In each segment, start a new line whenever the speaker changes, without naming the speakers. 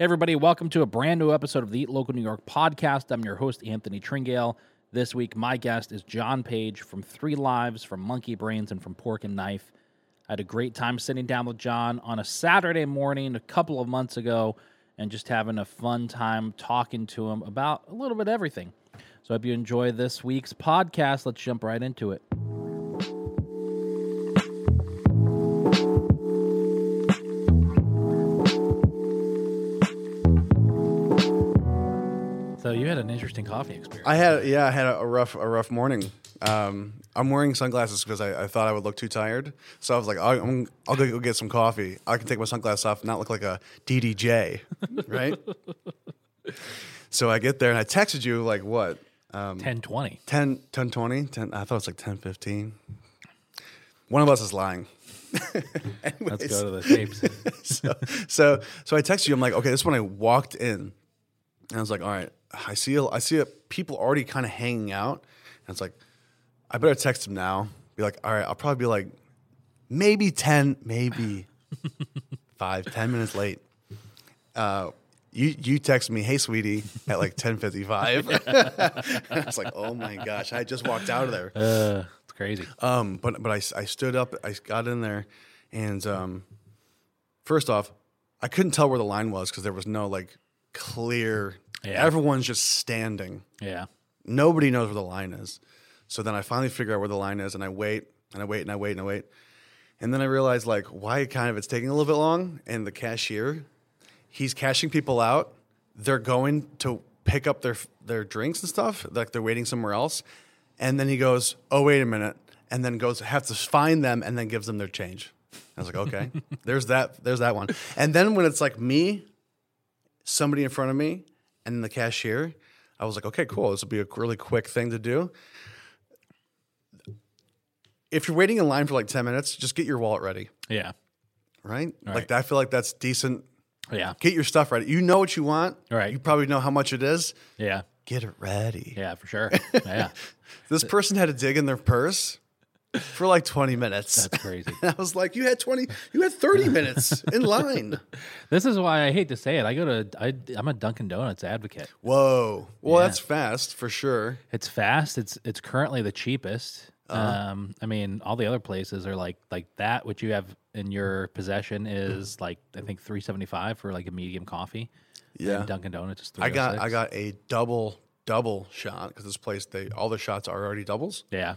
everybody, welcome to a brand new episode of the Eat Local New York podcast. I'm your host, Anthony Tringale. This week, my guest is John Page from Three Lives, from Monkey Brains, and from Pork and Knife. I had a great time sitting down with John on a Saturday morning a couple of months ago and just having a fun time talking to him about a little bit of everything. So, I hope you enjoy this week's podcast. Let's jump right into it. So, you had an interesting coffee experience.
I had yeah, I had a, a rough a rough morning. Um, I'm wearing sunglasses because I, I thought I would look too tired. So I was like, I'll, I'm, I'll go, go get some coffee. I can take my sunglasses off and not look like a DDJ, right? so I get there and I texted you like what
1020.
10, 10 20? 10, I thought it was like 10 15. One of us is lying.
Let's go to the tapes.
so, so so I text you. I'm like, okay, this is when I walked in, and I was like, all right, I see I see people already kind of hanging out, and it's like, I better text him now. Be like, all right, I'll probably be like, maybe ten, maybe five, ten minutes late. Uh, you you text me, hey sweetie, at like ten fifty five. It's like, oh my gosh, I just walked out of there.
uh, it's crazy.
Um, but but I, s- I stood up, I got in there, and um, first off, I couldn't tell where the line was because there was no like clear.
Yeah.
Everyone's just standing.
Yeah.
Nobody knows where the line is. So then I finally figure out where the line is, and I wait and I wait and I wait and I wait, and then I realize like why kind of it's taking a little bit long, and the cashier, he's cashing people out. They're going to pick up their their drinks and stuff. Like they're waiting somewhere else, and then he goes, "Oh wait a minute," and then goes have to find them and then gives them their change. I was like, okay, there's that, there's that one. And then when it's like me somebody in front of me and the cashier. I was like, okay, cool. This will be a really quick thing to do. If you're waiting in line for like 10 minutes, just get your wallet ready,
Yeah.
right?
right.
Like, I feel like that's decent.
Yeah.
Get your stuff ready. You know what you want.
Right.
You probably know how much it is.
Yeah.
Get it ready.
Yeah, for sure. Yeah.
This person had to dig in their purse for like 20 minutes.
That's crazy.
I was like, you had 20, you had 30 minutes in line.
This is why I hate to say it. I go to I, I'm a Dunkin' Donuts advocate.
Whoa. Well, that's fast for sure.
It's fast. It's it's currently the cheapest.
Uh-huh.
Um, I mean, all the other places are like like that. Which you have in your possession is like I think three seventy five for like a medium coffee. And
Yeah.
Dunkin' Donuts is three. oh
I got I got a double double shot because this place they all the shots are already doubles.
yeah.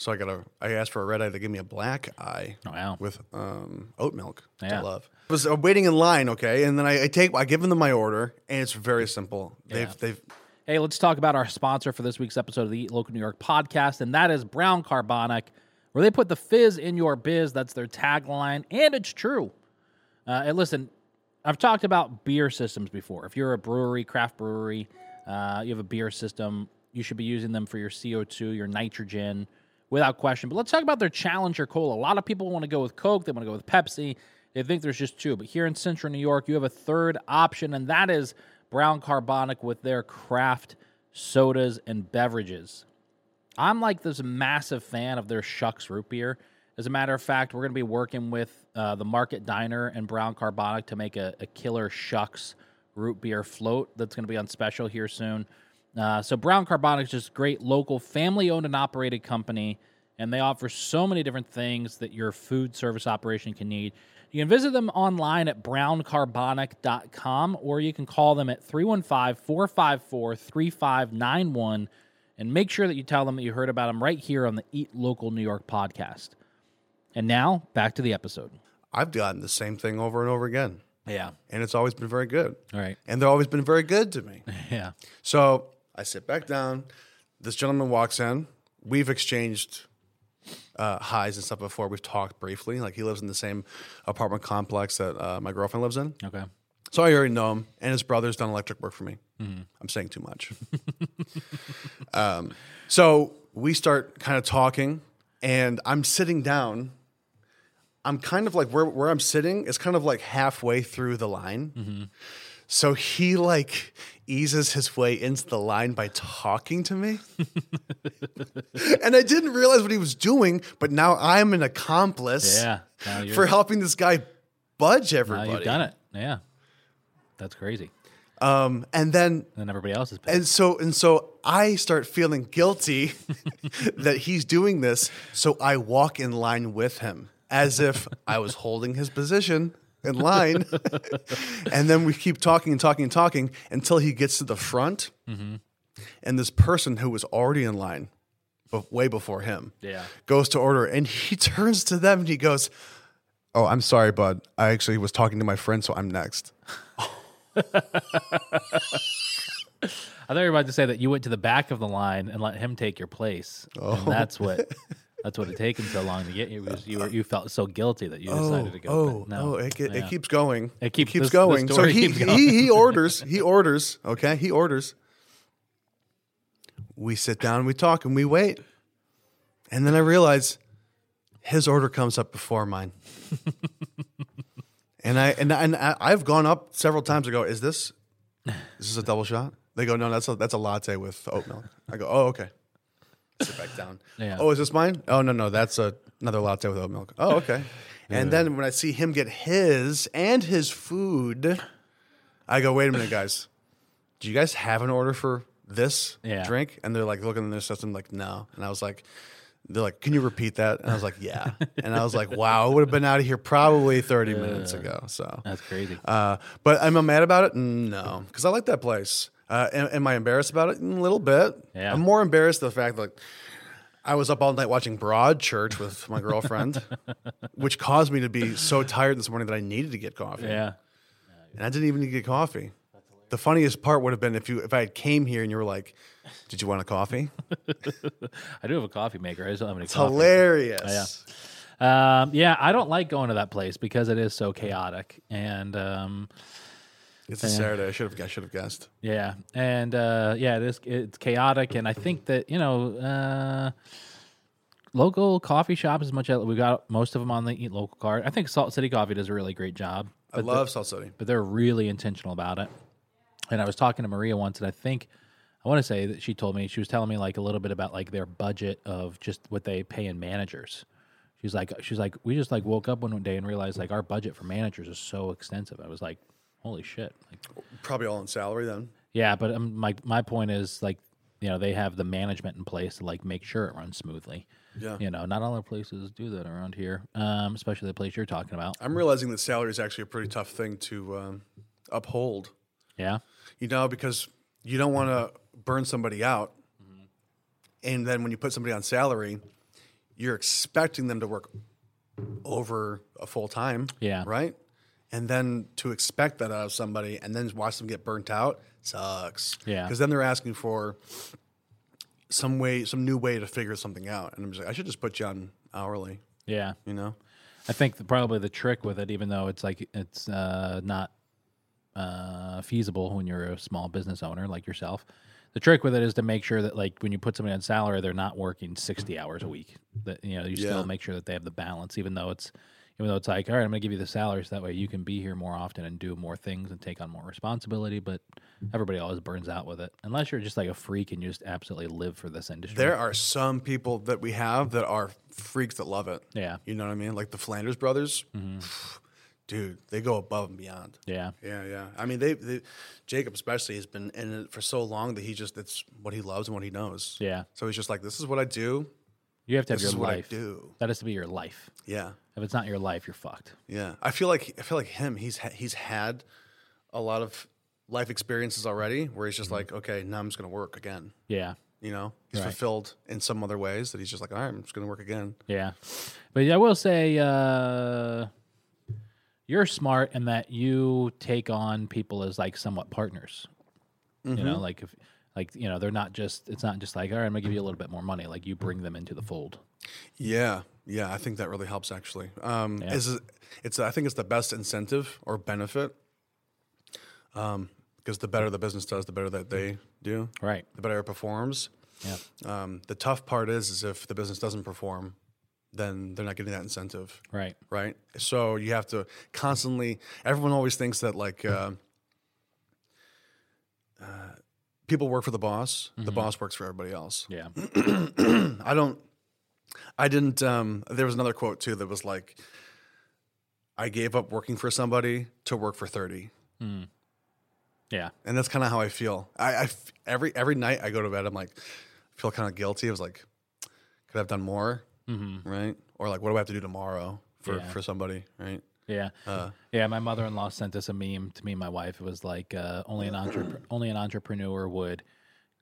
So I got a I asked for a red eye. They gave me a black eye
Oh, Wow.
with um, oat milk. which
Yeah.
I love. I was uh, waiting in line, okay, and then I, I take I give them my order, and it's very simple. They've they've
Hey, let's talk about our sponsor for this week's episode of the Eat Local New York podcast, and that is Brown Carbonic, where they put the fizz in your biz. That's their tagline, and it's true. Uh, and listen, I've talked about beer systems before. If you're a brewery, craft brewery, uh, you have a beer system, you should be using them for your CO2, your nitrogen, without question. But let's talk about their Challenger Cola. A lot of people want to go with Coke, they want to go with Pepsi. They think there's just two. But here in Central New York, you have a third option, and that is Brown Carbonic with their craft sodas and beverages. I'm like this massive fan of their Shucks root beer. As a matter of fact, we're going to be working with uh, the Market Diner and Brown Carbonic to make a, a killer Shucks root beer float that's going to be on special here soon. Uh, so Brown Carbonic is just a great local, family-owned and operated company, and they offer so many different things that your food service operation can need. You can visit them online at browncarbonic.com or you can call them at 315 454 3591 and make sure that you tell them that you heard about them right here on the Eat Local New York podcast. And now back to the episode.
I've gotten the same thing over and over again,
Yeah.
and it's always been very good,
All right.
and they've always been very good to me.
Yeah.
So I sit back down. This gentleman walks in. We've exchanged uh, highs and stuff before. We've talked briefly. Like he lives in the same apartment complex that uh, my girlfriend lives in.
Okay.
So I already know him, and his brother's done electric work for me.
Mm-hmm.
I'm saying too much. um, so we start kind of talking, and I'm sitting down. I'm kind of like where, where I'm sitting is kind of like halfway through the line.
Mm-hmm.
So he like eases his way into the line by talking to me. and I didn't realize what he was doing, but now I'm an accomplice
Yeah. Now you're,
for helping this guy budge
now
everybody.
you've done it. Yeah. That's crazy.
Um, and then
And then everybody else is pissed.
and so and so I start feeling guilty that he's doing this, so I walk in line with him as if I was holding his position in line. and then we keep talking and talking and talking until he gets to the front. And this person who was already in line but way before him
Yeah.
goes to order and he turns to them and he goes, Oh, I'm sorry, bud. I actually was talking to my friend, so I'm next.
I thought you were about to say that you went to the back of the line and let him take your place,
Oh.
and that's what that's what had taken so long to get you. Was you, were, you felt so guilty that you decided to go.
Oh,
but no,
oh, it, it,
Yeah.
it keeps going.
It keep-
keeps
this- this
going. so
story
he,
keeps going.
he he orders. He orders. Okay, he orders. We sit down, we talk, and we wait. And then I realize his order comes up before mine. and I and and I, I've gone up several times. I go, "Is this is this a double shot?" They go, "No, that's a that's a latte with oat milk." I go, "Oh, okay." Sit back down.
Yeah.
Oh, is this mine? Oh no, no, that's a, another latte with oat milk. Oh, okay. And then when I see him get his and his food, I go, wait a minute, guys. Do you guys have an order for this
Yeah.
drink? And they're like looking in their system, like, no. And I was like, they're like, can you repeat that? And I was like, yeah. and I was like, wow, I would have been out of here probably 30 minutes ago. So
that's crazy.
uh, but am I mad about it? No, because I like that place. Uh, am, am I embarrassed about it? Mm, A little bit.
Yeah.
I'm more embarrassed the fact that I was up all night watching Broadchurch with my girlfriend, which caused me to be so tired this morning that I needed to get coffee,
yeah,
and I didn't even need to get coffee. The funniest part would have been if you if I had came here and you were like, "Did you want a coffee?"
I do have a coffee maker. I just don't have any coffee.
Hilarious.
Um, yeah, I don't like going to that place because it is so chaotic, and um,
It's a Saturday. I should have. I should have guessed.
yeah, and uh, yeah, it is. It's chaotic, and I think that you know. Uh, Local coffee shops, as much as we got most of them on the Eat Local card. I think Salt City Coffee does a really great job.
I love Salt City.
but they're really intentional about it. And I was talking to Maria once, and I think I want to say that she told me she was telling me like a little bit about like their budget of just what they pay in managers. She's like, she's like, we just like woke up one day and realized like our budget for managers is so extensive. I was like, holy shit! Like,
Probably all in salary then.
yeah, but um, my my point is like, you know, they have the management in place to like make sure it runs smoothly.
Yeah.
You know, not all the places do that around here, um, especially the place you're talking about.
I'm realizing that salary is actually a pretty tough thing to um, uphold,
Yeah,
you know, because you don't want to burn somebody out. And then when you put somebody on salary, you're expecting them to work over a full time.
Yeah.
Right. And then to expect that out of somebody and then watch them get burnt out sucks.
Yeah.
Because then they're asking for some way, some new way to figure something out. And I'm just like, I should just put you on hourly,
yeah.
you know?
I think the, probably the trick with it, even though it's like it's uh, not uh, feasible when you're a small business owner like yourself, the trick with it is to make sure that like when you put somebody on salary, they're not working sixty hours a week. That you know you
Yeah.
still make sure that they have the balance, even though it's even though it's like all right, I'm going to give you the salary so that way you can be here more often and do more things and take on more responsibility. But everybody always burns out with it unless you're just like a freak and you just absolutely live for this industry.
There are some people that we have that are freaks that love it.
yeah,
You know what I mean? Like the Flanders brothers.
Mm-hmm.
Dude, they go above and beyond.
yeah,
Yeah, yeah. I mean, they, they Jacob especially has been in it for so long that he just that's what he loves and what he knows.
yeah.
So he's just like, this is what I do.
You have to have
This is
your
what
life.
I do.
That has to be your life.
Yeah,
If it's not your life, you're fucked.
yeah. I feel like I feel like him. He's ha- he's had a lot of life experiences already where he's just like, okay, now I'm just gonna work again.
Yeah.
You know, he's
Mm-hmm. Right.
fulfilled in some other ways that he's just like, all right, I'm just gonna work again.
Yeah. But I will say uh, you're smart in that you take on people as like somewhat partners. You know, like if like you know, they're not just it's not just like, all right, I'm gonna give you a little bit more money. Like you bring them into the fold.
Yeah, yeah, I think that really helps actually. Um, is it- it's I think it's the best incentive or benefit because the better the business does, the better that they do,
Right.
the better it performs.
Yeah.
Um, the tough part is, is if the business doesn't perform, then they're not getting that incentive,
Right.
right? So you have to constantly. Everyone always thinks that like. Uh, uh, People work for the boss. The boss works for everybody else.
Yeah.
I don't. I didn't. Um, there was another quote too that was like, "I gave up working for somebody to work for 30.
Yeah.
and that's kind of how I feel. I, I f- every every night I go to bed, I'm like, I feel kind of guilty. I was like, could I have done more, mm-hmm. right? Or like, what do I have to do tomorrow for
Yeah.
for somebody, right?
Yeah.
Uh,
yeah. My mother in law sent us a meme to me and my wife. It was like uh, only an entrep- only an entrepreneur would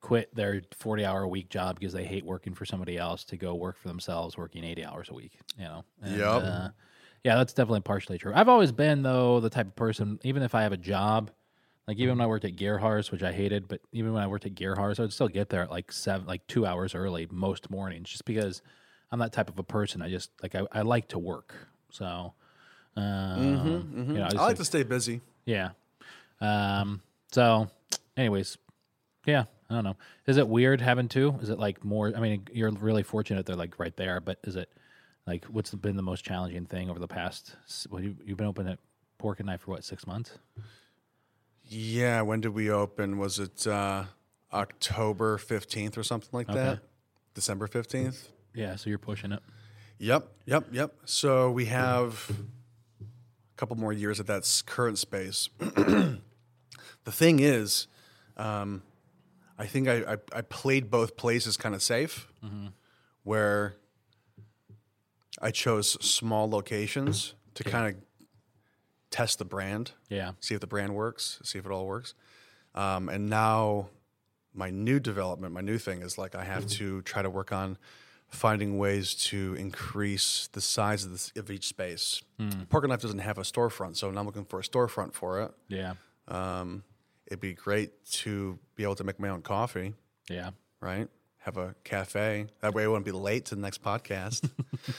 quit their 40 hour a week job because they hate working for somebody else to go work for themselves working 80 hours a week, you know? And,
Yup.
uh, yeah, that's definitely partially true. I've always been, though, the type of person, even if I have a job, like even when I worked at Gearhars, which I hated, but even when I worked at Gearhars, I would still get there at like seven, like two hours early most mornings, just because I'm that type of a person. I just like I, I like to work, so um, you know, I just
mm-hmm. I like to stay busy.
yeah. Um, so, anyways, yeah, I don't know. Is it weird having two? Is it like more? I mean, you're really fortunate they're like right there, but is it like what's been the most challenging thing over the past? s- Well, you, you've been open at Pork and Knife for what six months?
Yeah, when did we open? Was it uh, October fifteenth or something like that? December fifteenth.
Yeah, so you're pushing it.
Yep, yep, yep. So we have a couple more years at that s- current space. the thing is, um, I think I, I, I played both places kind of safe, where I chose small locations to kind of test the brand,
Yeah,
see if the brand works, see if it all works. Um, and now my new development, my new thing is like I have to try to work on finding ways to increase the size of, this, of each space. Park and Life doesn't have a storefront, so now I'm looking for a storefront for it.
yeah,
Um, it'd be great to be able to make my own coffee,
yeah,
right? Have a cafe. That way I wouldn't be late to the next podcast.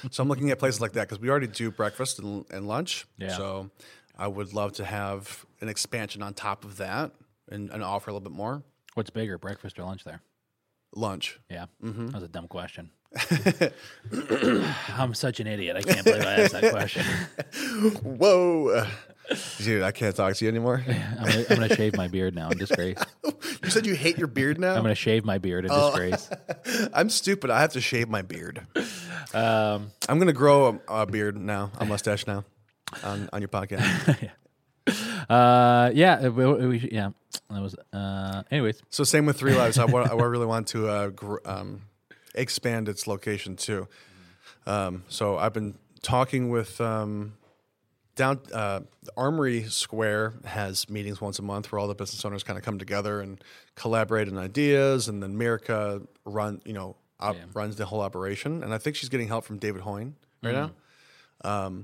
so I'm looking at places like that because we already do breakfast and, and lunch.
Yeah.
So I would love to have an expansion on top of that and, and offer a little bit more
What's bigger, breakfast or lunch? There.
lunch.
Yeah, that was a dumb question. I'm such an idiot. I can't believe I asked that question.
Whoa. Dude, I can't talk to you anymore.
I'm gonna, I'm gonna shave my beard now in disgrace.
You said you hate your beard
I'm
now?
gonna shave my beard in disgrace.
I'm stupid. I have to shave my beard.
Um,
I'm going to grow a, a beard now, a mustache now on, on your podcast.
uh, yeah, it- we, we, should- yeah. That was. Uh, anyways,
So, same with Three Lives. I, wa- I really want to uh, gr- um, expand its location too. Um, so, I've been talking with um, down uh, Armory Square has meetings once a month where all the business owners kind of come together and collaborate on ideas, and then Mirica run you know op- runs the whole operation, and I think she's getting help from David Hoyne right now. Um,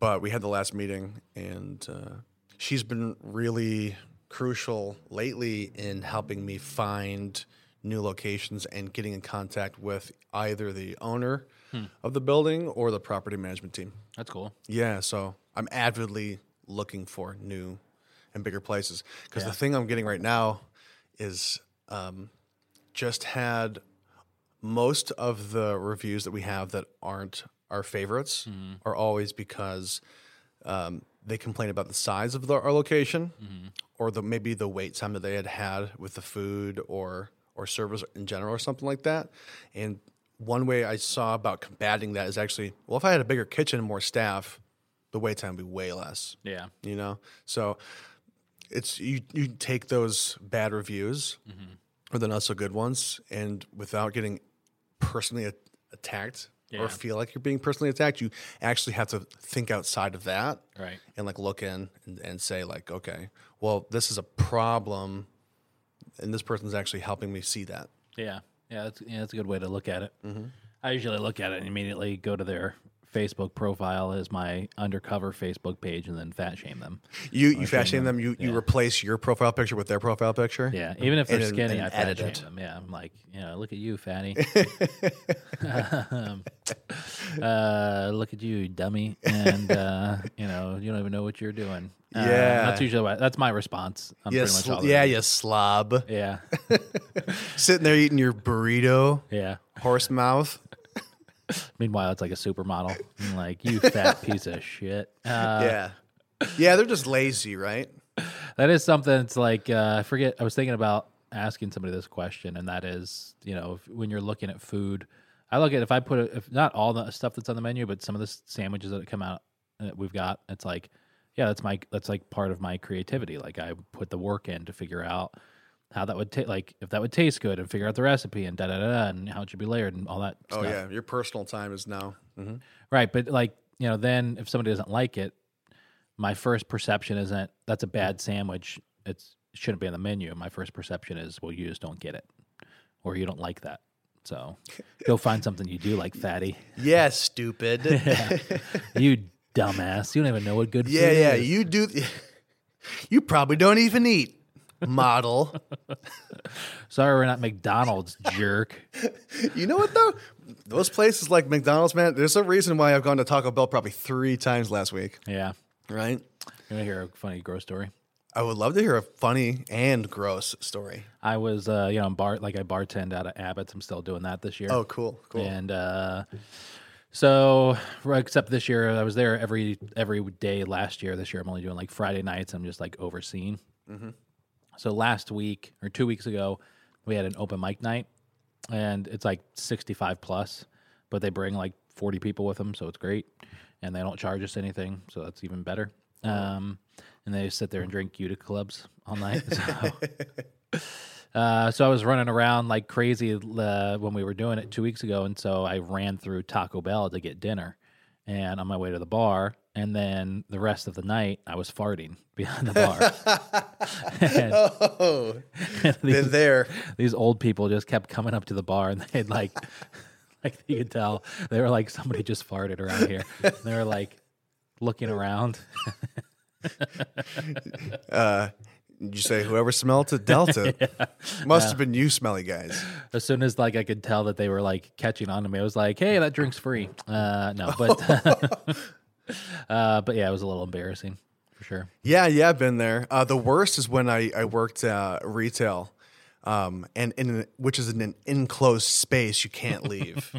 but we had the last meeting, and uh, she's been really crucial lately in helping me find new locations and getting in contact with either the owner of the building or the property management team.
that's cool.
Yeah, so I'm avidly looking for new and bigger places because the thing I'm getting right now is um, just had most of the reviews that we have that aren't our favorites are always because um, they complain about the size of the, our location or the maybe the wait time that they had had with the food or or service in general or something like that. And one way I saw about combating that is actually well, if I had a bigger kitchen and more staff, the wait time would be way less
Yeah,
you know so it's you you take those bad reviews or the not so good ones and without getting personally a- attacked
Yeah.
or feel like you're being personally attacked you actually have to think outside of that
right.
and like look in and, and say like okay well this is a problem and this person's actually helping me see that
Yeah, yeah. That's yeah, that's a good way to look at it. I usually look at it and immediately go to their Facebook profile as my undercover Facebook page and then fat shame them.
you you fat shame them you you replace your profile picture with their profile picture
Yeah, even if they're
And-
skinny,
and
I fat
edit
shame
it.
them. Yeah, I'm like, you know, look at you, fatty. um, uh, look at you, dummy, and uh, you know, you don't even know what you're doing. Uh,
Yeah.
that's usually what, that's my response. I'm
yeah,
pretty much all
sl-
there
yeah
is.
you slob
yeah,
sitting there eating your burrito
yeah.
horse mouth
Meanwhile, it's like a supermodel. I'm like you, fat piece of shit. Uh,
yeah. Yeah, they're just lazy, right?
That is something that's like uh, I forget. I was thinking about asking somebody this question, and that is, you know, if, when you're looking at food, I look at if I put a, if not all the stuff that's on the menu, but some of the s- sandwiches that come out that we've uh, got, it's like yeah, that's my that's like part of my creativity. Like I would put the work in to figure out how that would taste, like if that would taste good, and figure out the recipe and da da da, and how it should be layered and all that.
Oh
stuff.
yeah, your personal time is now.
Mm-hmm.
hmm
Right, but like you know, then if somebody doesn't like it, my first perception isn't that's a bad sandwich. It's it shouldn't be on the menu. My first perception is, well, you just don't get it, or you don't like that. So go find something you do like, fatty.
Yeah, stupid. yeah,
You dumbass. You don't even know what good. food
yeah,
is.
you do. You probably don't even eat. Model.
Sorry, we're not McDonald's, jerk.
you know what though? Those places like McDonald's, man. There's a reason why I've gone to Taco Bell probably three times last week.
Yeah,
Right.
you want to hear a funny gross story?
I would love to hear a funny and gross story.
I was, uh, you know, I'm bar like I bartend out of Abbott's. I'm still doing that this year.
Oh, cool, cool.
And uh, so, right, except this year, I was there every every day last year. This year, I'm only doing like Friday nights. I'm just like overseeing. So last week or two weeks ago, we had an open mic night, and it's like 65 plus, but they bring like 40 people with them, so it's great, and they don't charge us anything, so that's even better. Um, and they just sit there and drink Utica clubs all night. So. Uh, so I was running around like crazy uh, when we were doing it two weeks ago, and so I ran through Taco Bell to get dinner, and on my way to the bar, and then the rest of the night I was farting behind the bar. And
Oh, been
these,
there.
these old people just kept coming up to the bar, and they'd like, like you could tell they were like somebody just farted around here. And they were like looking around.
Did you say whoever smelled it dealt it? Must have been you, smelly guys.
as soon as like I could tell that they were like catching on to me, I was like, "Hey, that drink's free." Uh, no, but uh, but yeah, it was a little embarrassing for sure.
Yeah, yeah, I've been there. Uh, the worst is when I, I worked uh, retail, um, and in an, which is in an enclosed space you can't leave.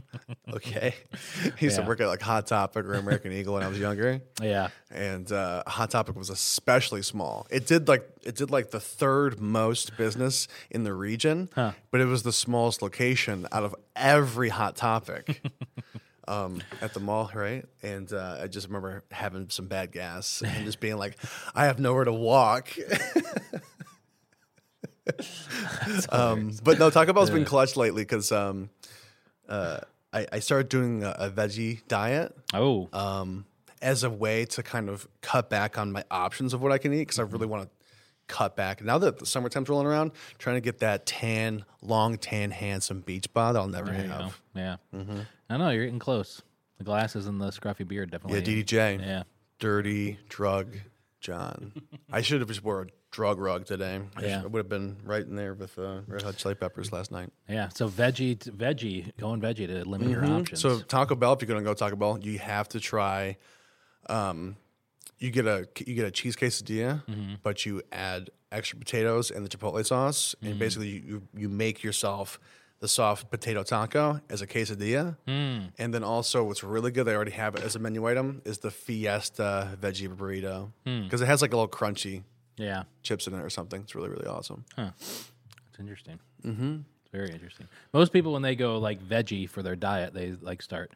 okay, I used
Yeah.
to work at like Hot Topic or American Eagle when I was younger.
Yeah,
and uh, Hot Topic was especially small. It did like it did like the third most business in the region, but it was the smallest location out of every Hot Topic um, at the mall, right? And uh, I just remember having some bad gas and just being like, I have nowhere to walk. um, but no, Taco Bell's been clutch lately because um, uh, I, I started doing a, a veggie diet
oh,
um, as a way to kind of cut back on my options of what I can eat because I
Mm-hmm.
really want to cut back. Now that the summertime's rolling around, trying to get that tan, long, tan, handsome beach bod I'll never
there you go.
have.
yeah.
mm-hmm.
I know you're getting close. The glasses and the scruffy beard
Yeah,
definitely.
DDJ.
yeah.
Dirty drug John. I should have just wore a drug rug today. I
Yeah.
would have been right in there with uh, Red Hot Chili Peppers last night.
Yeah, so veggie, veggie, going veggie to limit your options.
Mm-hmm. So Taco Bell, if you're gonna go Taco Bell, you have to try. Um, you get a you get a cheese quesadilla,
Mm-hmm.
but you add extra potatoes and the chipotle sauce,
Mm-hmm.
and basically you, you you make yourself the soft potato taco as a quesadilla,
Mm.
and then also what's really good, they already have it as a menu item, is the Fiesta veggie burrito
Mm.
because it has like a little crunchy
yeah,
chips in it or something. It's really really awesome.
it's interesting. Mm-hmm. It's very interesting. Most people when they go like veggie for their diet, they like start,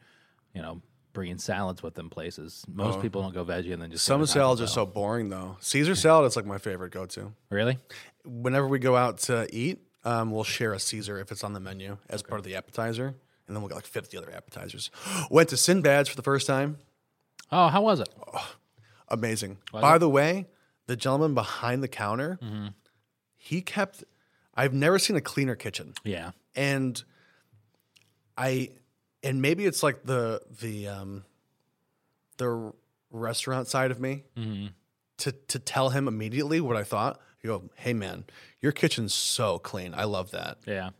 you know, bringing salads with them places. Most people don't go veggie and then just get
Oh. Some
the Taco
salads
Bell.
are so boring though. Caesar salad is like my favorite go to.
Really?
whenever we go out to eat, um, we'll share a Caesar if it's on the menu as part of the appetizer, and then we'll get like fifty other appetizers. Went to Sinbad's for the first time.
Oh, how was it?
Amazing. By the way, the gentleman behind the counter, he kept. I've never seen a cleaner kitchen,
Yeah.
and I, and maybe it's like the the um, the restaurant side of me
Mm-hmm.
to to tell him immediately what I thought. You go, hey man, your kitchen's so clean. I love that.
Yeah.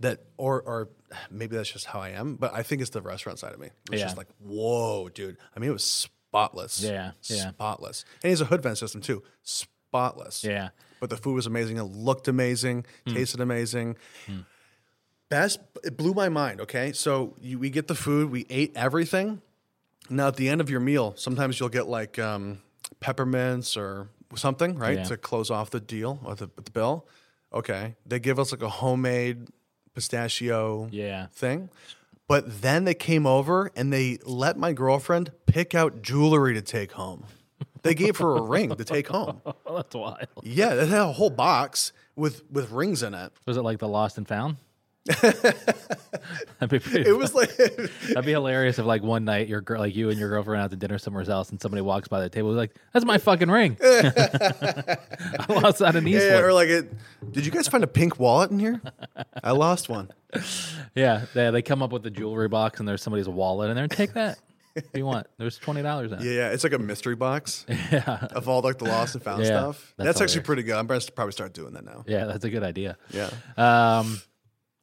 that or or maybe that's just how I am, but I think it's the restaurant side of me. It's
Yeah.
just like, whoa, dude. I mean, it was spotless.
Yeah, yeah.
Spotless. And he's a hood vent system too. Spotless.
Yeah.
But the food was amazing. It looked amazing.
Hmm.
Tasted amazing. Best. It blew my mind. Okay, so you, we get the food. We ate everything. Now at the end of your meal, sometimes you'll get like um, peppermints or something, right,
Yeah.
to close off the deal or the, the bill. Okay, they give us like a homemade pistachio
Yeah.
thing. But then they came over and they let my girlfriend pick out jewelry to take home. They gave her a ring to take home.
Oh, that's wild.
Yeah, they had a whole box with with rings in it.
Was it like the lost and found? that'd be pretty,
It was like
that'd be hilarious if like one night your girl like you and your girlfriend out to dinner somewhere else and somebody walks by the table like that's my fucking ring. I lost that in Eastwood.
yeah, or like it. Did you guys find a pink wallet in here? I lost one.
Yeah, they, they come up with the jewelry box and there's somebody's wallet in there. Take that if you want. There's twenty dollars in. it.
Yeah, yeah, it's like a mystery box of all like the lost and found
Yeah,
stuff.
that's
That's, actually
hilarious.
pretty good. I'm gonna probably start doing that now.
Yeah, that's a good idea.
Yeah,
Um,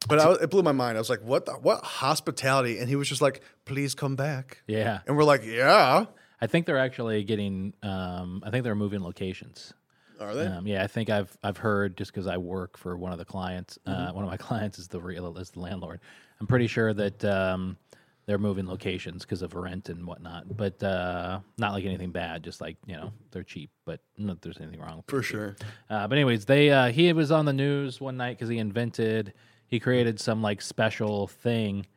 but I, was- it blew my mind. I was like, "What? The, what hospitality?" And he was just like, "Please come back."
yeah,
And we're like, "Yeah,
I think they're actually getting. Um, I think they're moving locations.
are they?"
Um, yeah, I think I've I've heard just because I work for one of the clients. Uh,
Mm-hmm.
one of my clients is the real is the landlord. I'm pretty sure that um, they're moving locations because of rent and whatnot. But uh, not like anything bad. Just like you know they're cheap, but not that there's anything wrong. with
For sure.
Uh, but anyways, they uh, he was on the news one night because he invented he created some like special thing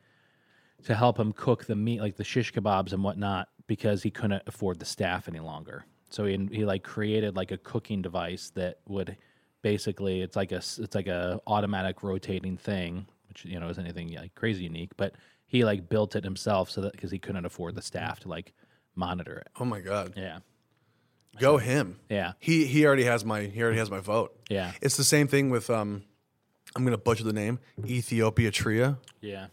to help him cook the meat like the shish kebabs and whatnot because he couldn't afford the staff any longer. So he he like created like a cooking device that would basically it's like a s- it's like a automatic rotating thing which you know isn't anything like crazy unique, but he like built it himself so that because he couldn't afford the staff to like monitor it.
Oh my god,
Yeah,
go him.
yeah,
He he already has my he already has my vote.
yeah,
It's the same thing with um, I'm gonna butcher the name Ethiopia Tria.
yeah.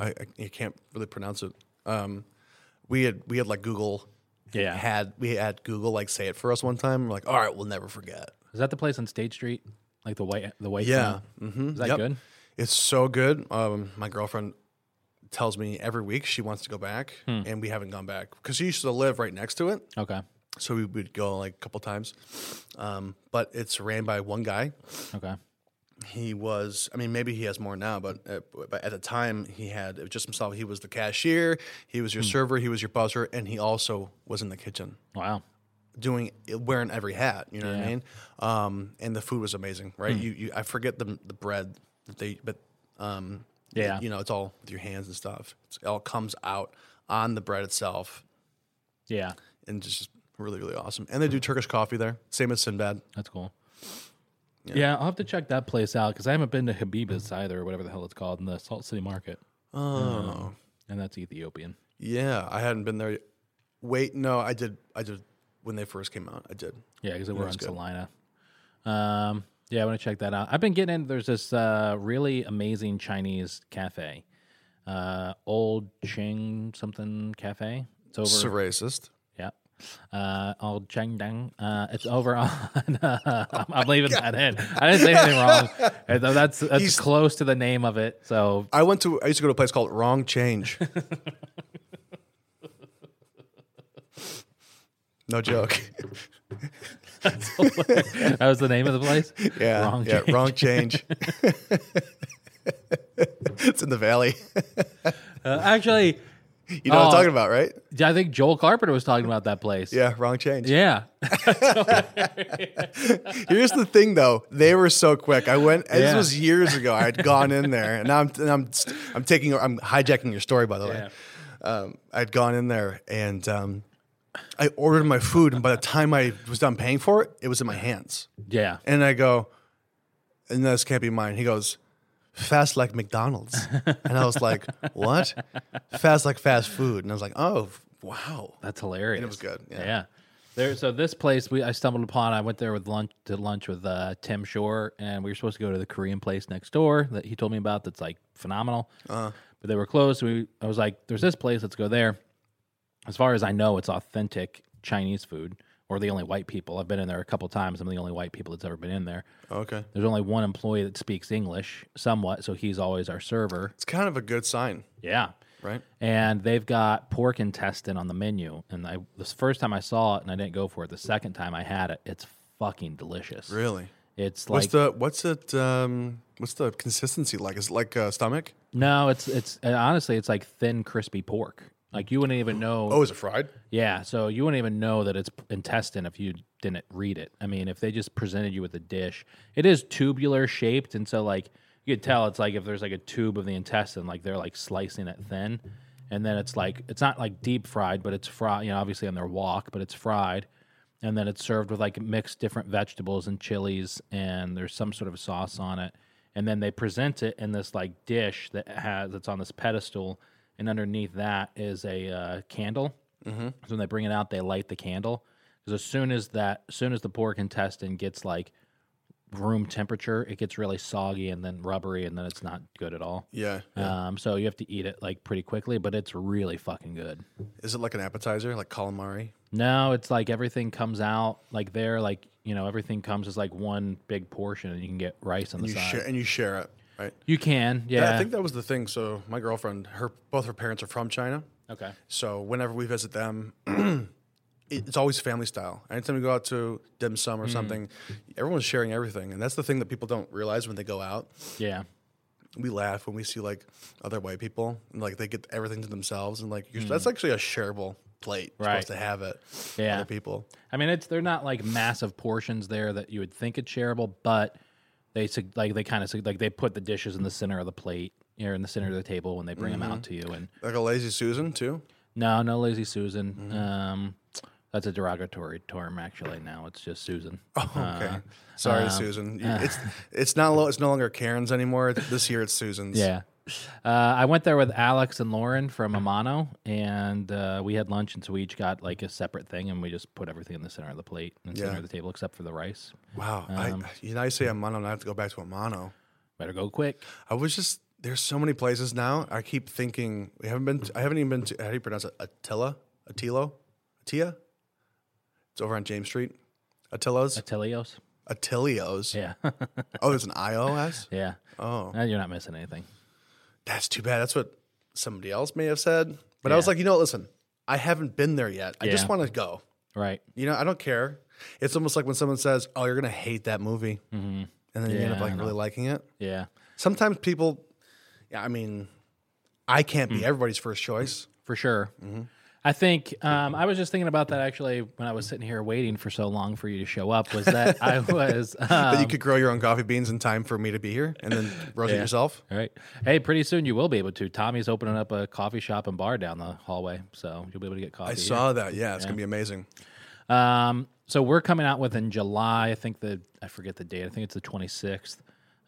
I, I you can't really pronounce it. Um, we had we had like Google.
Yeah.
had we had Google like say it for us one time. We're like, all right, we'll never forget.
Is that the place on State Street? Like the white, the white.
Yeah.
thing? is that
Yep.
good?
It's so good. Um, my girlfriend tells me every week she wants to go back,
Hmm.
and we haven't gone back because she used to live right next to it.
Okay,
So we would go like a couple times. Um, but it's ran by one guy.
okay,
He was, I mean, maybe he has more now, but at, but at the time he had it was just himself. He was the cashier, he was your server, he was your buzzer, and he also was in the kitchen
wow,
doing wearing every hat. You know what I mean? Um, and the food was amazing, right? You, you, I forget the the bread that they, but um,
Yeah.
you know, it's all with your hands and stuff. It's, it all comes out on the bread itself,
yeah,
and just really, really awesome. And they do Turkish coffee there, same as Sinbad.
that's cool. Yeah. I'll have to check that place out because I haven't been to Habiba's either, or whatever the hell it's called in the Salt City Market, Um,
Oh,
and that's Ethiopian.
yeah, I hadn't been there. Yet. Wait, no, I did. I did when they first came out. I did.
Yeah, because we're on
good.
Salina. Um, yeah, I want to check that out. I've been getting in. There's this uh, really amazing Chinese cafe, uh, Old Ching something cafe. It's over.
So racist.
Yeah. Uh, old Chang Dang. Uh, it's over on. I'm, I'm leaving that in. I didn't say anything wrong. Uh, though That's that's
He's-
close to the name of it. So
I went to. I used to go to a place called Wrong Change. no joke.
that was the name of the place.
Yeah,
Wrong
yeah,
Change.
wrong change. it's in the valley.
Uh, actually,
You know
Oh.
what I'm talking about, right?
I think Joel Carpenter was talking about that place.
Yeah, wrong change.
Yeah.
Here's the thing, though. They were so quick. I went. and This
Yeah.
was years ago. I had gone in there, and now I'm, and I'm, I'm taking, I'm hijacking your story, by the way. Um, I'd gone in there, and um, I ordered my food, and by the time I was done paying for it, it was in my hands.
Yeah.
And I go, and this can't be mine. He goes, fast like McDonald's. and I was like, what? Fast like fast food. And I was like, oh, wow.
That's hilarious.
It was good. Yeah.
Yeah. There, so this place we I stumbled upon. I went there with lunch to lunch with uh, Tim Shore, and we were supposed to go to the Korean place next door that he told me about. That's like phenomenal, but they were closed. So we, I was like, "There's this place. Let's go there." As far as I know, it's authentic Chinese food, or the only white people. I've been in there a couple times. I'm the only white people that's ever been in there.
Okay.
There's only one employee that speaks English somewhat, so he's always our server.
It's kind of a good sign,
Yeah,
right?
and they've got pork intestine on the menu. And I, the first time I saw it, and I didn't go for it. The second time I had it, it's fucking delicious.
Really?
It's
What's
like
the what's it um what's the consistency like? Is it like uh, stomach?
no, it's it's and honestly, it's like thin, crispy pork. Like you wouldn't even know.
Oh, is it fried?
Yeah, so you wouldn't even know that it's intestine if you didn't read it. I mean, if they just presented you with a dish, it is tubular shaped, and so like you could tell it's like if there's like a tube of the intestine, like they're like slicing it thin, and then it's like it's not like deep fried, but it's fried. You know, obviously on their wok, but it's fried, and then it's served with like mixed different vegetables and chilies, and there's some sort of sauce on it. And then they present it in this like dish that has that's on this pedestal, and underneath that is a uh, candle. Mm-hmm. So when they bring it out, they light the candle because as soon as that, as soon as the pork intestine gets like room temperature, it gets really soggy and then rubbery, and then it's not good at all.
Yeah.
Um, so you have to eat it like pretty quickly, but it's really fucking good.
Is it like an appetizer, like calamari?
No, it's like everything comes out like there, like you know, everything comes as like one big portion, and you can get rice on the
You
side.
share and you share it, right?
You can, yeah.
I think that was the thing. So my girlfriend, her both her parents are from China.
okay,
So whenever we visit them, it- it's always family style. Anytime we go out to dim sum or something, everyone's sharing everything, and that's the thing that people don't realize when they go out.
yeah,
We laugh when we see like other white people, and, like they get everything to themselves, and like you're, that's actually a shareable plate. You're
Hmm. Right.
supposed to have it. for
Yeah.
Other people.
I mean, it's they're not like massive portions there that you would think it's shareable, but they sug- like they kind of like they put the dishes in the center of the plate or in the center of the table when they bring
Mm-hmm.
them out to you. And
Like a lazy Susan too.
no, no, lazy Susan.
Mm-hmm.
Um, that's a derogatory term, actually. Now it's just Susan.
Oh, okay. Sorry,
Um,
Susan.
uh.
You- It's it's not lo- it's no longer Karen's anymore. This year it's Susan's.
Yeah. Uh, I went there with Alex and Lauren from Amano, and uh, we had lunch, and so we each got like a separate thing, and we just put everything in the center of the plate and center
Yeah.
of the table except for the rice.
Wow.
Um.
I, you know, I say a mono, and I have to go back to a mono.
Better go quick.
I was just there's so many places now. I keep thinking we haven't been. To, I haven't even been to. How do you pronounce it? Attila, Attilo, Attia. It's over on James Street. Attilo's,
Atelios.
Attilio's.
Yeah.
Oh, there's an IOS.
yeah.
Oh,
Uh, You're not missing anything.
that's too bad. That's what somebody else may have said. But I was like, you know, listen, I haven't been there yet. I
Yeah.
just want to go.
Right.
You know, I don't care. It's almost like when someone says, "Oh, you're gonna hate that movie," and then you end
Mm-hmm. Yeah,
up
I
like really liking it.
Yeah.
Sometimes people, yeah, I mean, I can't
Mm.
be everybody's first choice.
For sure.
Mm-hmm.
I think um, I was just thinking about that actually when I was sitting here waiting for so long for you to show up. Was that I was. Uh,
That you could grow your own coffee beans in time for me to be here and then roast it yourself.
all right. Hey, pretty soon you will be able to. Tommy's opening up a coffee shop and bar down the hallway, so you'll be able to get coffee.
I saw that. Yeah, it's gonna be amazing.
Um, so we're coming out with in July. I think the I forget the date. I think it's the 26th,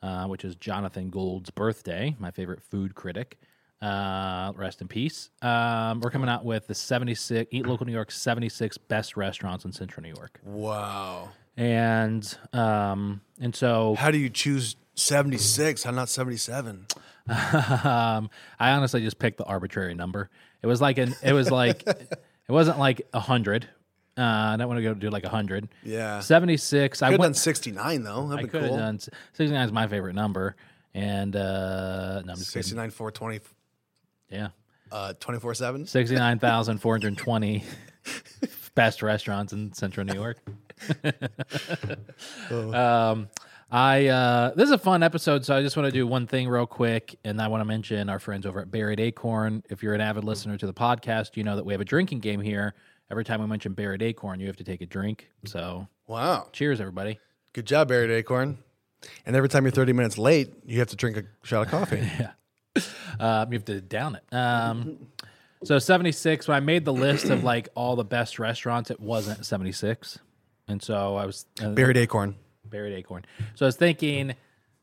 uh, which is Jonathan Gould's birthday. My favorite food critic. Uh, rest in peace. Um, we're coming out with the 76 Eat Local New York 76 best restaurants in Central New York,
Wow.
and um, and so
How do you choose seventy six? How not seventy seven?
um, I honestly just picked the arbitrary number. It was like an it was like it wasn't like a hundred. Uh, I don't want to go do like a hundred.
Yeah.
76. I
Could have
went
done sixty nine though.
I
That'd
could uh,
be
have
cool.
done s- 69 is my favorite number, and uh, no, I'm just
Sixty nine four twenty
kidding. yeah,
uh twenty four seven.
sixty nine thousand four hundred twenty best restaurants in Central New York. um, I uh, this is a fun episode, so I just want to do one thing real quick, and I want to mention our friends over at Buried Acorn. If you're an avid listener to the podcast, you know that we have a drinking game here. Every time we mention Buried Acorn, you have to take a drink. So,
Wow.
cheers, everybody.
Good job, Buried Acorn. And every time you're 30 minutes late, you have to drink a shot of coffee.
Um, you have to down it. Um, so 76, when I made the list of like all the best restaurants, it wasn't 76. And so I was uh,
Buried Acorn.
buried acorn. So I was thinking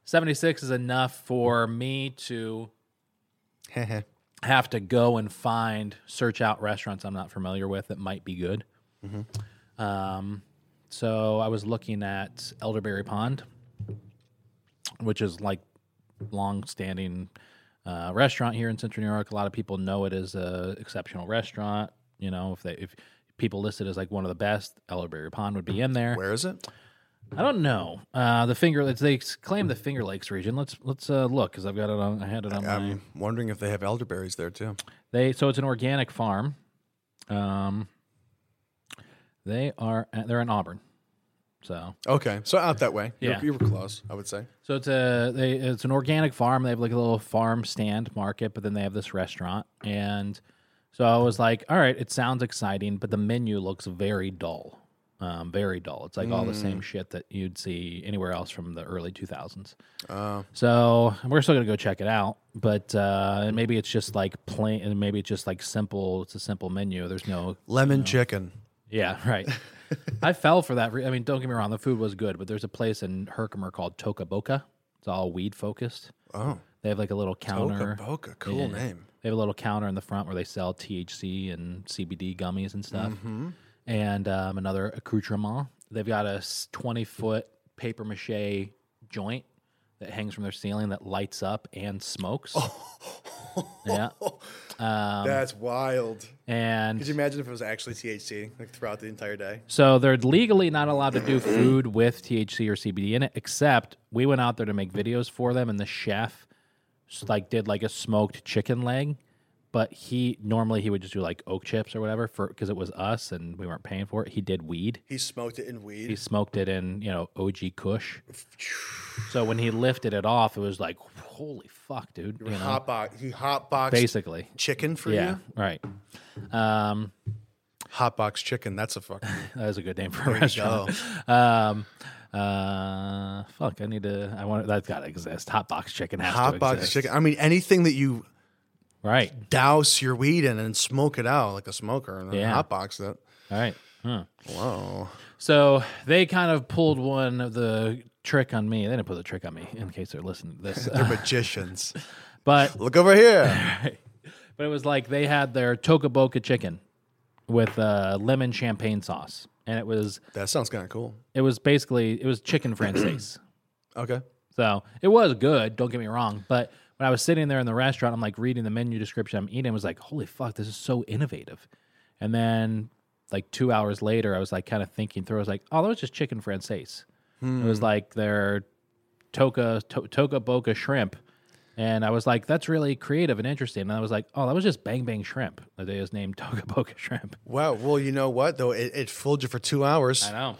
76 is enough for me to have to go and find, search out restaurants I'm not familiar with that might be good.
Mm-hmm.
Um, so I was looking at Elderberry Pond, which is like long-standing uh, restaurant here in Central New York. A lot of people know it as a exceptional restaurant. You know, if they if people list it as like one of the best, Elderberry Pond would be in there.
Where is it?
I don't know. Uh, the Finger Lakes. They claim the Finger Lakes region. Let's let's uh, look because I've got it on. I had it on. my,
I'm wondering if they have elderberries there too.
they so it's an organic farm. Um, they are they're in Auburn, so
Okay. So out that way. You
Yeah.
were- You were close, I would say.
so it's a they it's an organic farm. They have like a little farm stand market, but then they have this restaurant. And so I was like, all right, it sounds exciting, but the menu looks very dull, um, very dull. It's like all the same shit that you'd see anywhere else from the early two thousands. So we're still gonna go check it out, but uh, and maybe it's just like plain, and maybe it's just like simple. It's a simple menu. There's no
Lemon chicken.
Yeah, right. I fell for that. re- I mean, don't get me wrong, the food was good, but therethere's a place in Herkimer called Toca Boca. It's all weed focused.
Oh,
They have like a little counter.
Boca Boca, cool
Yeah.
name.
They have a little counter in the front where they sell THC and CBD gummies and stuff, and um, another accoutrement. They've got a s- 20 foot paper mache joint that hangs from their ceiling that lights up and smokes. yeah. Um,
That's wild.
and
Could you imagine if it was actually THC like throughout the entire day?
So they're legally not allowed to do food with THC or CBD in it, except we went out there to make videos for them, and the chef s- like did like a smoked chicken leg, but he normally he would just do like oak chips or whatever for because it was us and we weren't paying for it. He did weed.
He smoked it in weed.
He smoked it in you know OG Kush. So when he lifted it off, it was like holy fuck, dude. You know,
hot box. He hot boxed
basically,
chicken for
yeah,
you.
right. Um,
Hot box chicken. That's a fucking.
That was a good name for a restaurant. Um, uh, fuck, I need to. I want that's got to exist. Hot box chicken has to
hot box
exist.
chicken. I mean, anything that you
Right.
douse your weed in and smoke it out like a smoker and then
Yeah.
hot box it.
All right. Huh.
Whoa.
So they kind of pulled one of the trick on me. They didn't put the trick on me, in case they're listening to this.
They're magicians.
but
Look over here.
but it was like they had their toca boca chicken with uh, lemon champagne sauce, and it was
That sounds kind of cool.
it was basically it was chicken francaise.
Okay.
So it was good. Don't get me wrong. But when I was sitting there in the restaurant, I'm like reading the menu description. I'm eating. I was like, holy fuck, this is so innovative. And then like two hours later, I was like kind of thinking through. I was like, oh, that was just chicken francaise. It was like their toca to, toca boca shrimp. And I was like, that's really creative and interesting. And I was like, oh, that was just bang bang shrimp. That they just named toca boca shrimp.
Wow. Well, you know what though? It, it fooled you for two hours.
know.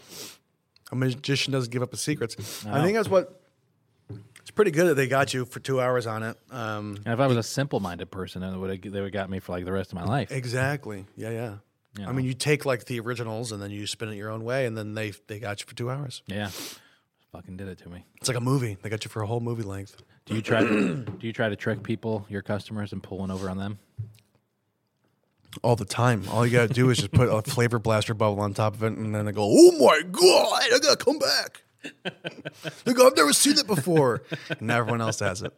A magician doesn't give up his secrets. I think that's what. It's pretty good that they got you for two hours on it. Um,
And if I was a simple minded person, then it would they would have got me for like the rest of my life.
exactly. Yeah, yeah. I mean, you take like the originals and then you spin it your own way, and then they they got you for two hours.
Yeah. Fucking did it to me.
It's like a movie. They got you for a whole movie length.
Do you try to do you try to trick people, your customers, and pull one over on them?
all the time. All you gotta do is just put a flavor blaster bubble on top of it, and then they go, "Oh my god, I gotta come back." they go, "I've never seen it before," and everyone else has it.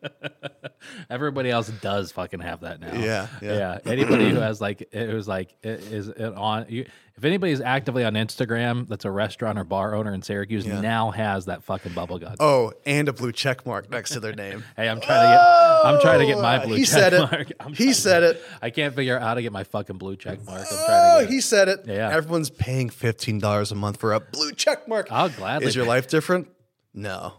Everybody else does fucking have that now.
Yeah,
yeah.
yeah.
Anybody who has like it was like i- is it on you, if anybody's actively on Instagram that's a restaurant or bar owner in Syracuse now has that fucking bubble gun.
Oh, and a blue check mark next to their name.
Hey, I'm trying to get I'm trying to get my
Oh,
blue
he
check
said it.
mark. I'm
He
trying to
said
get-
it.
I can't figure out how to get my fucking blue check mark. I'm trying
Oh,
to get it.
he said it.
Yeah.
Everyone's paying fifteen dollars a month for a blue check mark.
I'll gladly
Is your life different? No.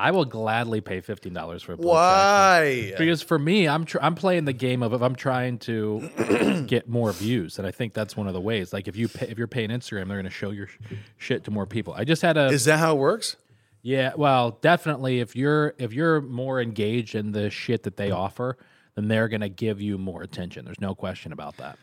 I will gladly pay fifteen dollars for a blue check.
Why?
Because for me, I'm tr- I'm playing the game of if I'm trying to get more views, and I think that's one of the ways. Like if you pay, if you're paying Instagram, they're going to show your sh- shit to more people. I just had a
Is that how it works?
yeah, well, definitely if you're if you're more engaged in the shit that they offer, then they're going to give you more attention. There's no question about that.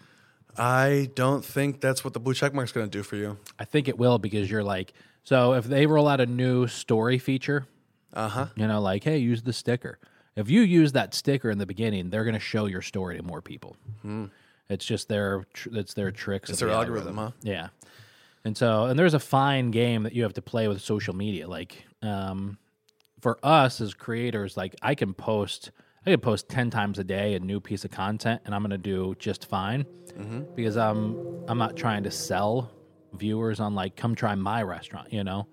I don't think that's what the blue check mark's gonna do for you.
I think it will because you're like so if they roll out a new story feature,
Uh huh.
you know, like hey, use the sticker. If you use that sticker in the beginning, they're going to show your story to more people. It's just their tr- it's their tricks.
Hmm. It's
of
their
the
algorithm, huh?
Yeah. And so, and there's a fine game that you have to play with social media. Like, um, for us as creators, like I can post, I can post ten times a day a new piece of content, and I'm gonna do just fine
Mm-hmm.
because I'm I'm not trying to sell viewers on like come try my restaurant. You know,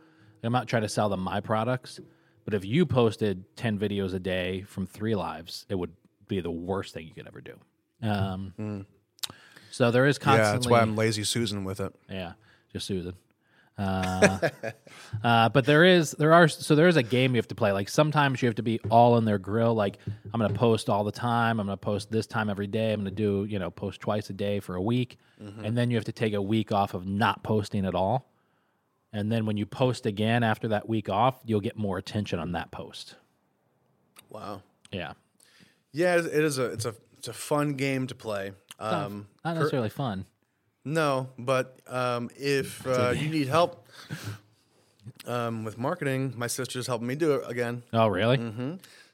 I'm not trying to sell them my products. But if you posted ten videos a day from three lives, it would be the worst thing you could ever do. Um, So there is constantly
Mm-hmm. Yeah, that's why I'm lazy Susan with it.
yeah, just Susan. Uh, uh, but there is there are so there is a game you have to play. Like sometimes you have to be all in their grill. Like I'm gonna post all the time. I'm gonna post this time every day. I'm gonna do you know post twice a day for a week, and then you have to take a week off of not posting at all. And then when you post again after that week off, you'll get more attention on that post.
Wow.
Yeah,
Yeah, it it is a it's a it's a fun game to play. Um,
not necessarily fun.
no, but um, if uh, you need help, Um, with marketing, my sister's helping me do it again.
Oh, really?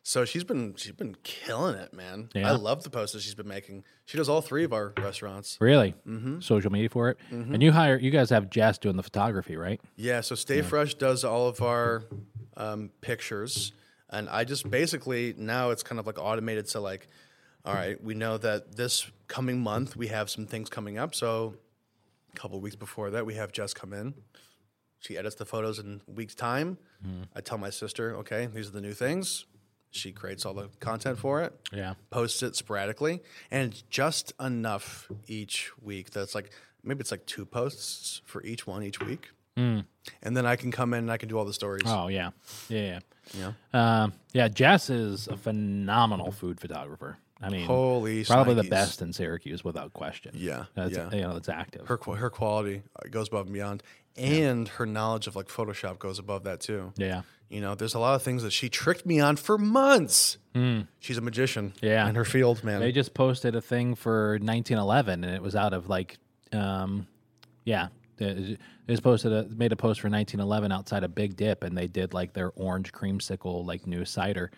So she's been she's been killing it, man.
Yeah.
I love the posts that she's been making. She does all three of our restaurants.
Really? Mm-hmm. Social media for it. And you hire you guys have Jess doing the photography, right?
Yeah, so Stay Fresh does all of our um, pictures, and I just basically now it's kind of like automated. So like, all right, we know that this coming month we have some things coming up. So a couple weeks before that, we have Jess come in. She edits the photos in a week's time. I tell my sister, okay, these are the new things. She creates all the content for it.
Yeah.
posts it sporadically, and it's just enough each week. That's like maybe it's like two posts for each one each week,
Hmm.
and then I can come in and I can do all the stories.
Oh yeah, yeah, yeah. Yeah, um, yeah Jess is a phenomenal food photographer. I mean,
Holy
probably the
shnikes.
best in Syracuse without question.
Yeah,
that's,
yeah.
you know, that's active.
Her qua- her quality uh, goes above and beyond, and her knowledge of like Photoshop goes above that too.
yeah,
You know, there's a lot of things that she tricked me on for months. She's a magician.
Hmm. Yeah.
in her field, man.
they just posted a thing for 1911, and it was out of like, um, yeah, they they just posted a, made a post for 1911 outside of Big Dip, and they did like their orange creamsicle like new cider,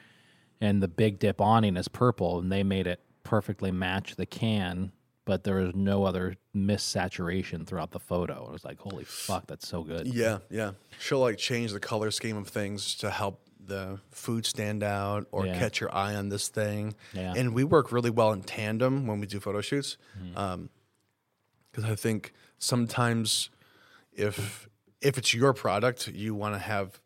and the Big Dip awning is purple, and they made it perfectly match the can. But there was no other miss saturation throughout the photo. It was like, holy fuck, that's so good.
Yeah, yeah. She'll like change the color scheme of things to help the food stand out or
Yeah.
catch your eye on this thing.
Yeah.
And we work really well in tandem when we do photo shoots.
Mm-hmm.
Because I think sometimes if if it's your product, you want to have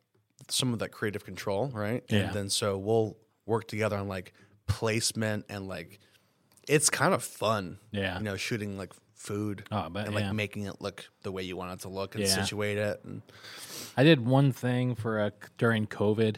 some of that creative control, right?
Yeah.
And then so we'll work together on like placement and like it's kind of fun.
Yeah.
You know, shooting like food
Oh, I bet,
and like
yeah.
making it look the way you want it to look and
Yeah.
situate it and
I did one thing for a during COVID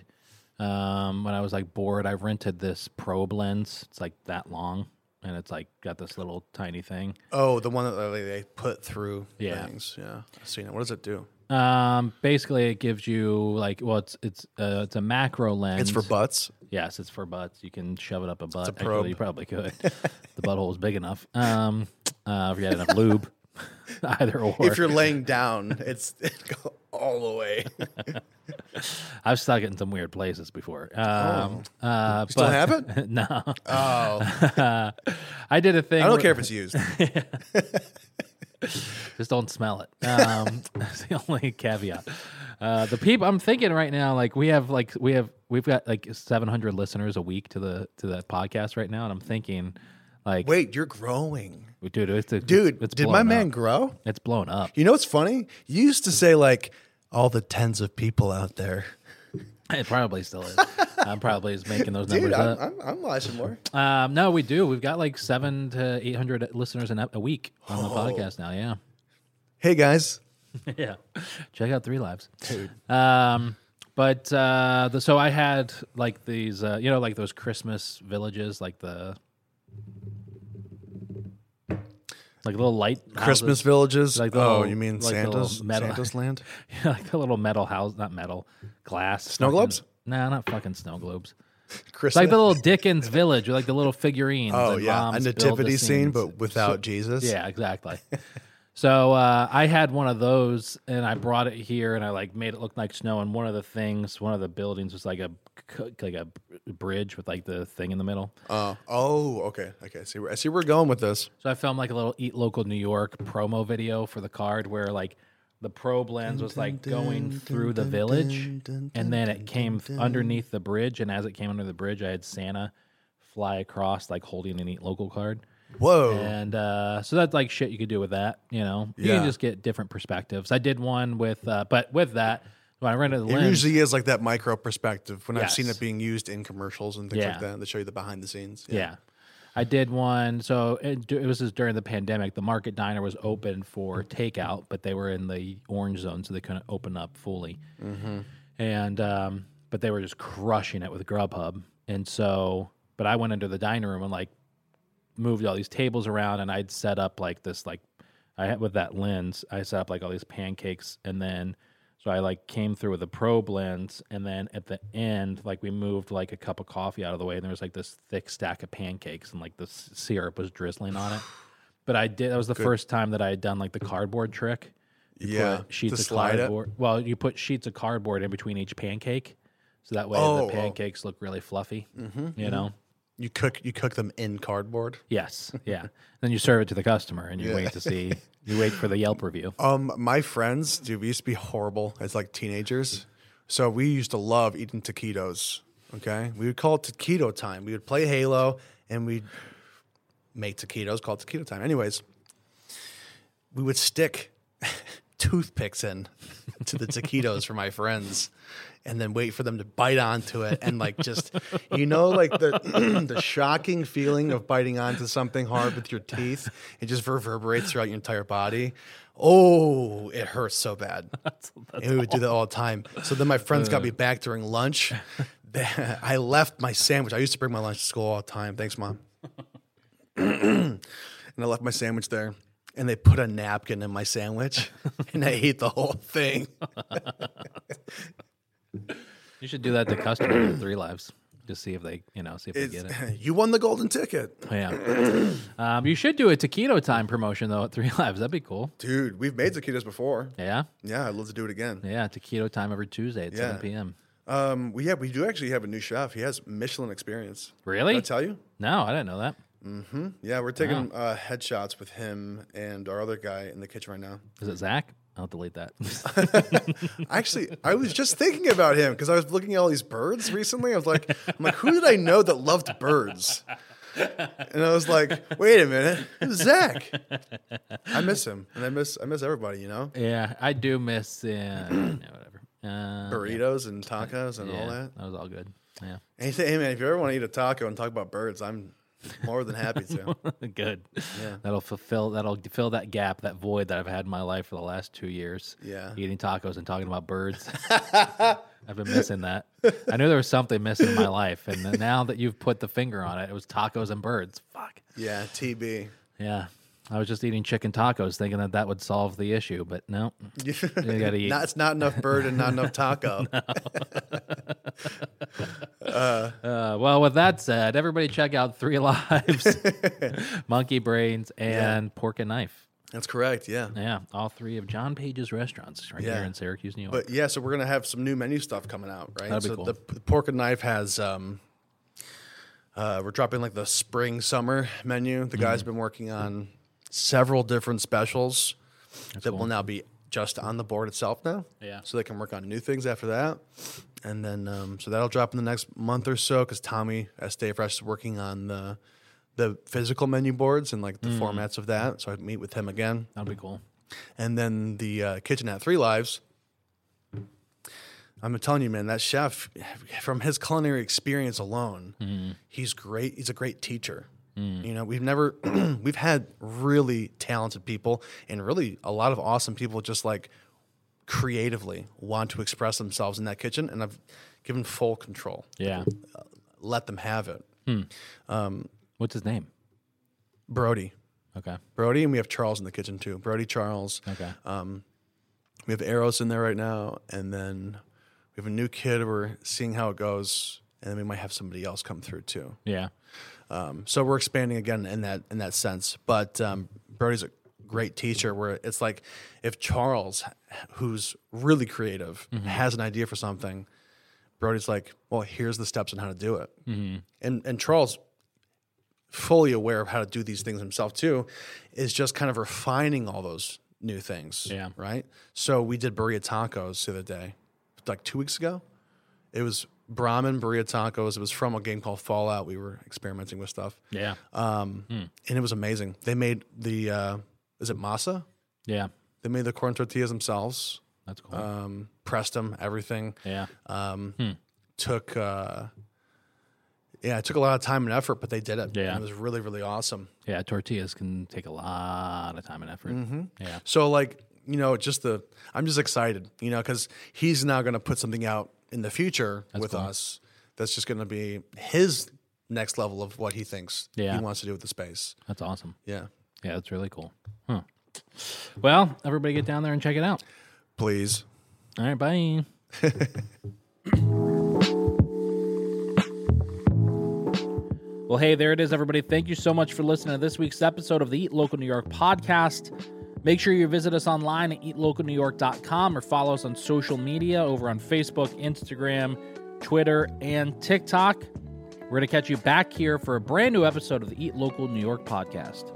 um, when I was like bored. I rented this probe lens. It's like that long, and it's like got this little tiny thing.
Oh, the one that they, they put through
Yeah.
things. Yeah, I've seen it. What does it do?
Um, basically, it gives you like well, it's it's uh, it's a macro lens.
It's for butts.
Yes, it's for butts. You can shove it up a butt.
probe.
Actually, you probably could. the butthole is big enough. Um, uh, if you had enough lube, either or.
If you're laying down, it's it go all the way. You
I've stuck it in some weird places before. Um, uh, but,
Oh. Still have it?
no, uh,
Oh, I
I did a thing.
don't
where-
care if it's used.
Just don't smell it. Um, that's the only caveat. Uh, the people I'm thinking right now, like we have, like we have, we've got like 700 listeners a week to the to the podcast right now, and I'm thinking, like,
Wait, you're growing,
dude, it's, it's
dude.
It's
did
blown
my man
up.
grow?
It's blown up.
You know what's funny? You used to say like all the tens of people out there.
It probably still is. I'm probably is making those numbers
Dude, I'm,
up.
I'm, I'm watching more.
Um, no, we do. We've got like seven to 800 listeners an ep- a week on
Oh.
the podcast now. Yeah.
Hey guys,
yeah. Check out Three Lives. Um, but uh, the, so I had like these, uh, you know, like those Christmas villages, like the like little light
Christmas villages.
Like the
oh,
little-
you mean
like the little
Santa's
metal-
Santa's land?
yeah, like the little metal house, not metal, glass.
Snow
fucking-
globes?
Nah, not fucking snow globes. It's
Christmas.
like the little Dickens village, with like the little figurines.
oh
and
yeah, a
moms build the
nativity scene,
scenes.
but without Jesus.
Yeah, exactly. so uh, I had one of those, and I brought it here, and I like made it look like snow. And one of the things, one of the buildings was like a c- like a br- bridge with like the thing in the middle.
Oh, oh, okay, okay. I See, where- I see, where we're going with this.
So I filmed like a little "Eat Local New York" promo video for the card, where like the probe lens was like going through the village, and then it came underneath the bridge. And as it came under the bridge, I had Santa fly across, like holding an "Eat Local" card.
Whoa,
And uh, so that's like shit you could do with that. You know, you
Yeah.
can just get different perspectives. I did one with, uh, but with that, when I rented the
it
lens,
usually is like that micro perspective when I've seen
Yes.
it being used in commercials and things
Yeah.
like that. They show you the behind the scenes.
yeah. I did one. So it, it was just during the pandemic. The market diner was open for takeout, but they were in the orange zone, so they couldn't open up fully.
Mm-hmm.
And um, but they were just crushing it with Grubhub. And so, but I went into the dining room and like moved all these tables around and I'd set up like this like I had with that lens, I set up like all these pancakes and then so I like came through with a probe lens and then at the end like we moved like a cup of coffee out of the way and there was like this thick stack of pancakes and like the s- syrup was drizzling on it. But I did that was the first time that I had done like the cardboard trick
yeah,
put sheets
to
of
slide it.
cardboard. Well, you put sheets of cardboard in between each pancake, so that way
Oh, Mm-hmm, oh.
the pancakes look really fluffy. you know.
You cook you cook them in cardboard.
Yes. Yeah. then you serve it to the customer, and you wait to see. You wait for the Yelp review.
Um, my friends, dude, we used to be horrible as like teenagers. So we used to love eating taquitos. Okay, we would call it taquito time. We would play Halo and we'd make taquitos called taquito time. Anyways, we would stick toothpicks in to the taquitos for my friends and then wait for them to bite onto it and like just you know like the the shocking feeling of biting onto something hard with your teeth it just reverberates throughout your entire body oh it hurts so bad and we would do that all the time so then my friends got me back during lunch i left my sandwich i used to bring my lunch to school all the time thanks mom and I left my sandwich there. And they put a napkin in my sandwich, and I ate the whole thing.
You should do that to customers with three lives. Just see if they, you know, see if they
It's-
get it.
you won the golden ticket,
Yeah. um, you should do a taquito time promotion though at Three Lives. That'd be cool.
dude. We've made taquitos before.
Yeah.
Yeah, I'd love to do it again.
Yeah. Taquito time every Tuesday at
Yeah.
7 p.m.
Um, we yeah, we do actually have a new chef. He has Michelin experience.
Really?
Did I tell you?
no, I didn't know that.
Yeah, we're taking uh, headshots with him and our other guy in the kitchen right now.
Is it Zach? I'll delete that.
Actually, I was just thinking about him because I was looking at all these birds recently. I was like, I'm like, who did I know that loved birds? And I was like, wait a minute, it was Zach. I miss him, and I miss I miss everybody, you know,
yeah, I do miss. Yeah, yeah, whatever. Uh,
burritos and tacos and all
yeah,
that.
that was all good. Yeah.
And he said, hey man, if you ever want to eat a taco and talk about birds, I'm more than happy to.
Good. Yeah. That'll fulfill that'll fill that gap, that void that I've had in my life for the last two years.
Yeah.
Eating tacos and talking about birds. I've been missing that. I knew there was something missing in my life. And then now that you've put the finger on it, it was tacos and birds. Fuck.
Yeah, TB.
Yeah. I was just eating chicken tacos thinking that that would solve the issue, but no. gotta eat.
not, it's not enough bird and not enough taco.
Uh, well, with that said, everybody check out Three Lives, Monkey Brains, and Pork and Knife.
That's correct. Yeah.
Yeah. All three of John Page's restaurants right
Yeah.
here in Syracuse, New York.
But yeah, so we're gonna have some new menu stuff coming out, right?
That'd be
so
cool.
the, the pork and knife has um uh, we're dropping like the spring summer menu.
Mm-hmm.
The guy's been working on several different specials that will now be just on the board itself now.
Yeah.
So they can work on new things after that. And then um, so that'll drop in the next month or so because Tommy at Stay Fresh is working on the the physical menu boards and like the
Mm.
formats of that. So I'd meet with him again
That'd be cool.
and then the uh, kitchen at Three Lives. I'm telling you, man, that chef, from his culinary experience alone, he's great. He's a great teacher. You know, we've never, we've had really talented people and really a lot of awesome people just like creatively want to express themselves in that kitchen. And I've given full control,
Yeah.
let them have it.
What's his name?
Brody,
Okay.
Brody, and we have Charles in the kitchen too. Brody, Charles.
Okay.
We have Eros in there right now, and then we have a new kid. We're seeing how it goes, and then we might have somebody else come through too.
yeah.
So we're expanding again in that in that sense. But um, Brody's a great teacher. Where it's like if Charles, who's really creative, has an idea for something, Brody's like, "Well, here's the steps on how to do it," and and Charles. Fully aware of how to do these things himself too, is just kind of refining all those new things.
Yeah.
Right. So we did burrito tacos the other day, like two weeks ago. It was Brahmin burrito tacos. It was from a game called Fallout. We were experimenting with stuff.
Yeah.
Um, and it was amazing. They made the uh, is it masa?
yeah.
They made the corn tortillas themselves,
That's cool.
um, pressed them, everything.
yeah.
Um,
Hmm.
Took uh, yeah, it took a lot of time and effort, but they did it.
Yeah.
it was really really awesome.
Yeah. Tortillas can take a lot of time and effort. Yeah.
So like you know, just the I'm just excited, you know, because he's now going to put something out in the future with us. That's just going to be his next level of what he thinks
Yeah.
he wants to do with the space.
That's awesome.
Yeah,
Yeah. That's really cool. Huh. Well, everybody get down there and check it out.
please.
All right. Bye. Well, hey, there it is, everybody. Thank you so much for listening to this week's episode of the Eat Local New York podcast. Make sure you visit us online at eatlocalnewyork.com or follow us on social media over on Facebook, Instagram, Twitter, and TikTok. We're going to catch you back here for a brand new episode of the Eat Local New York podcast.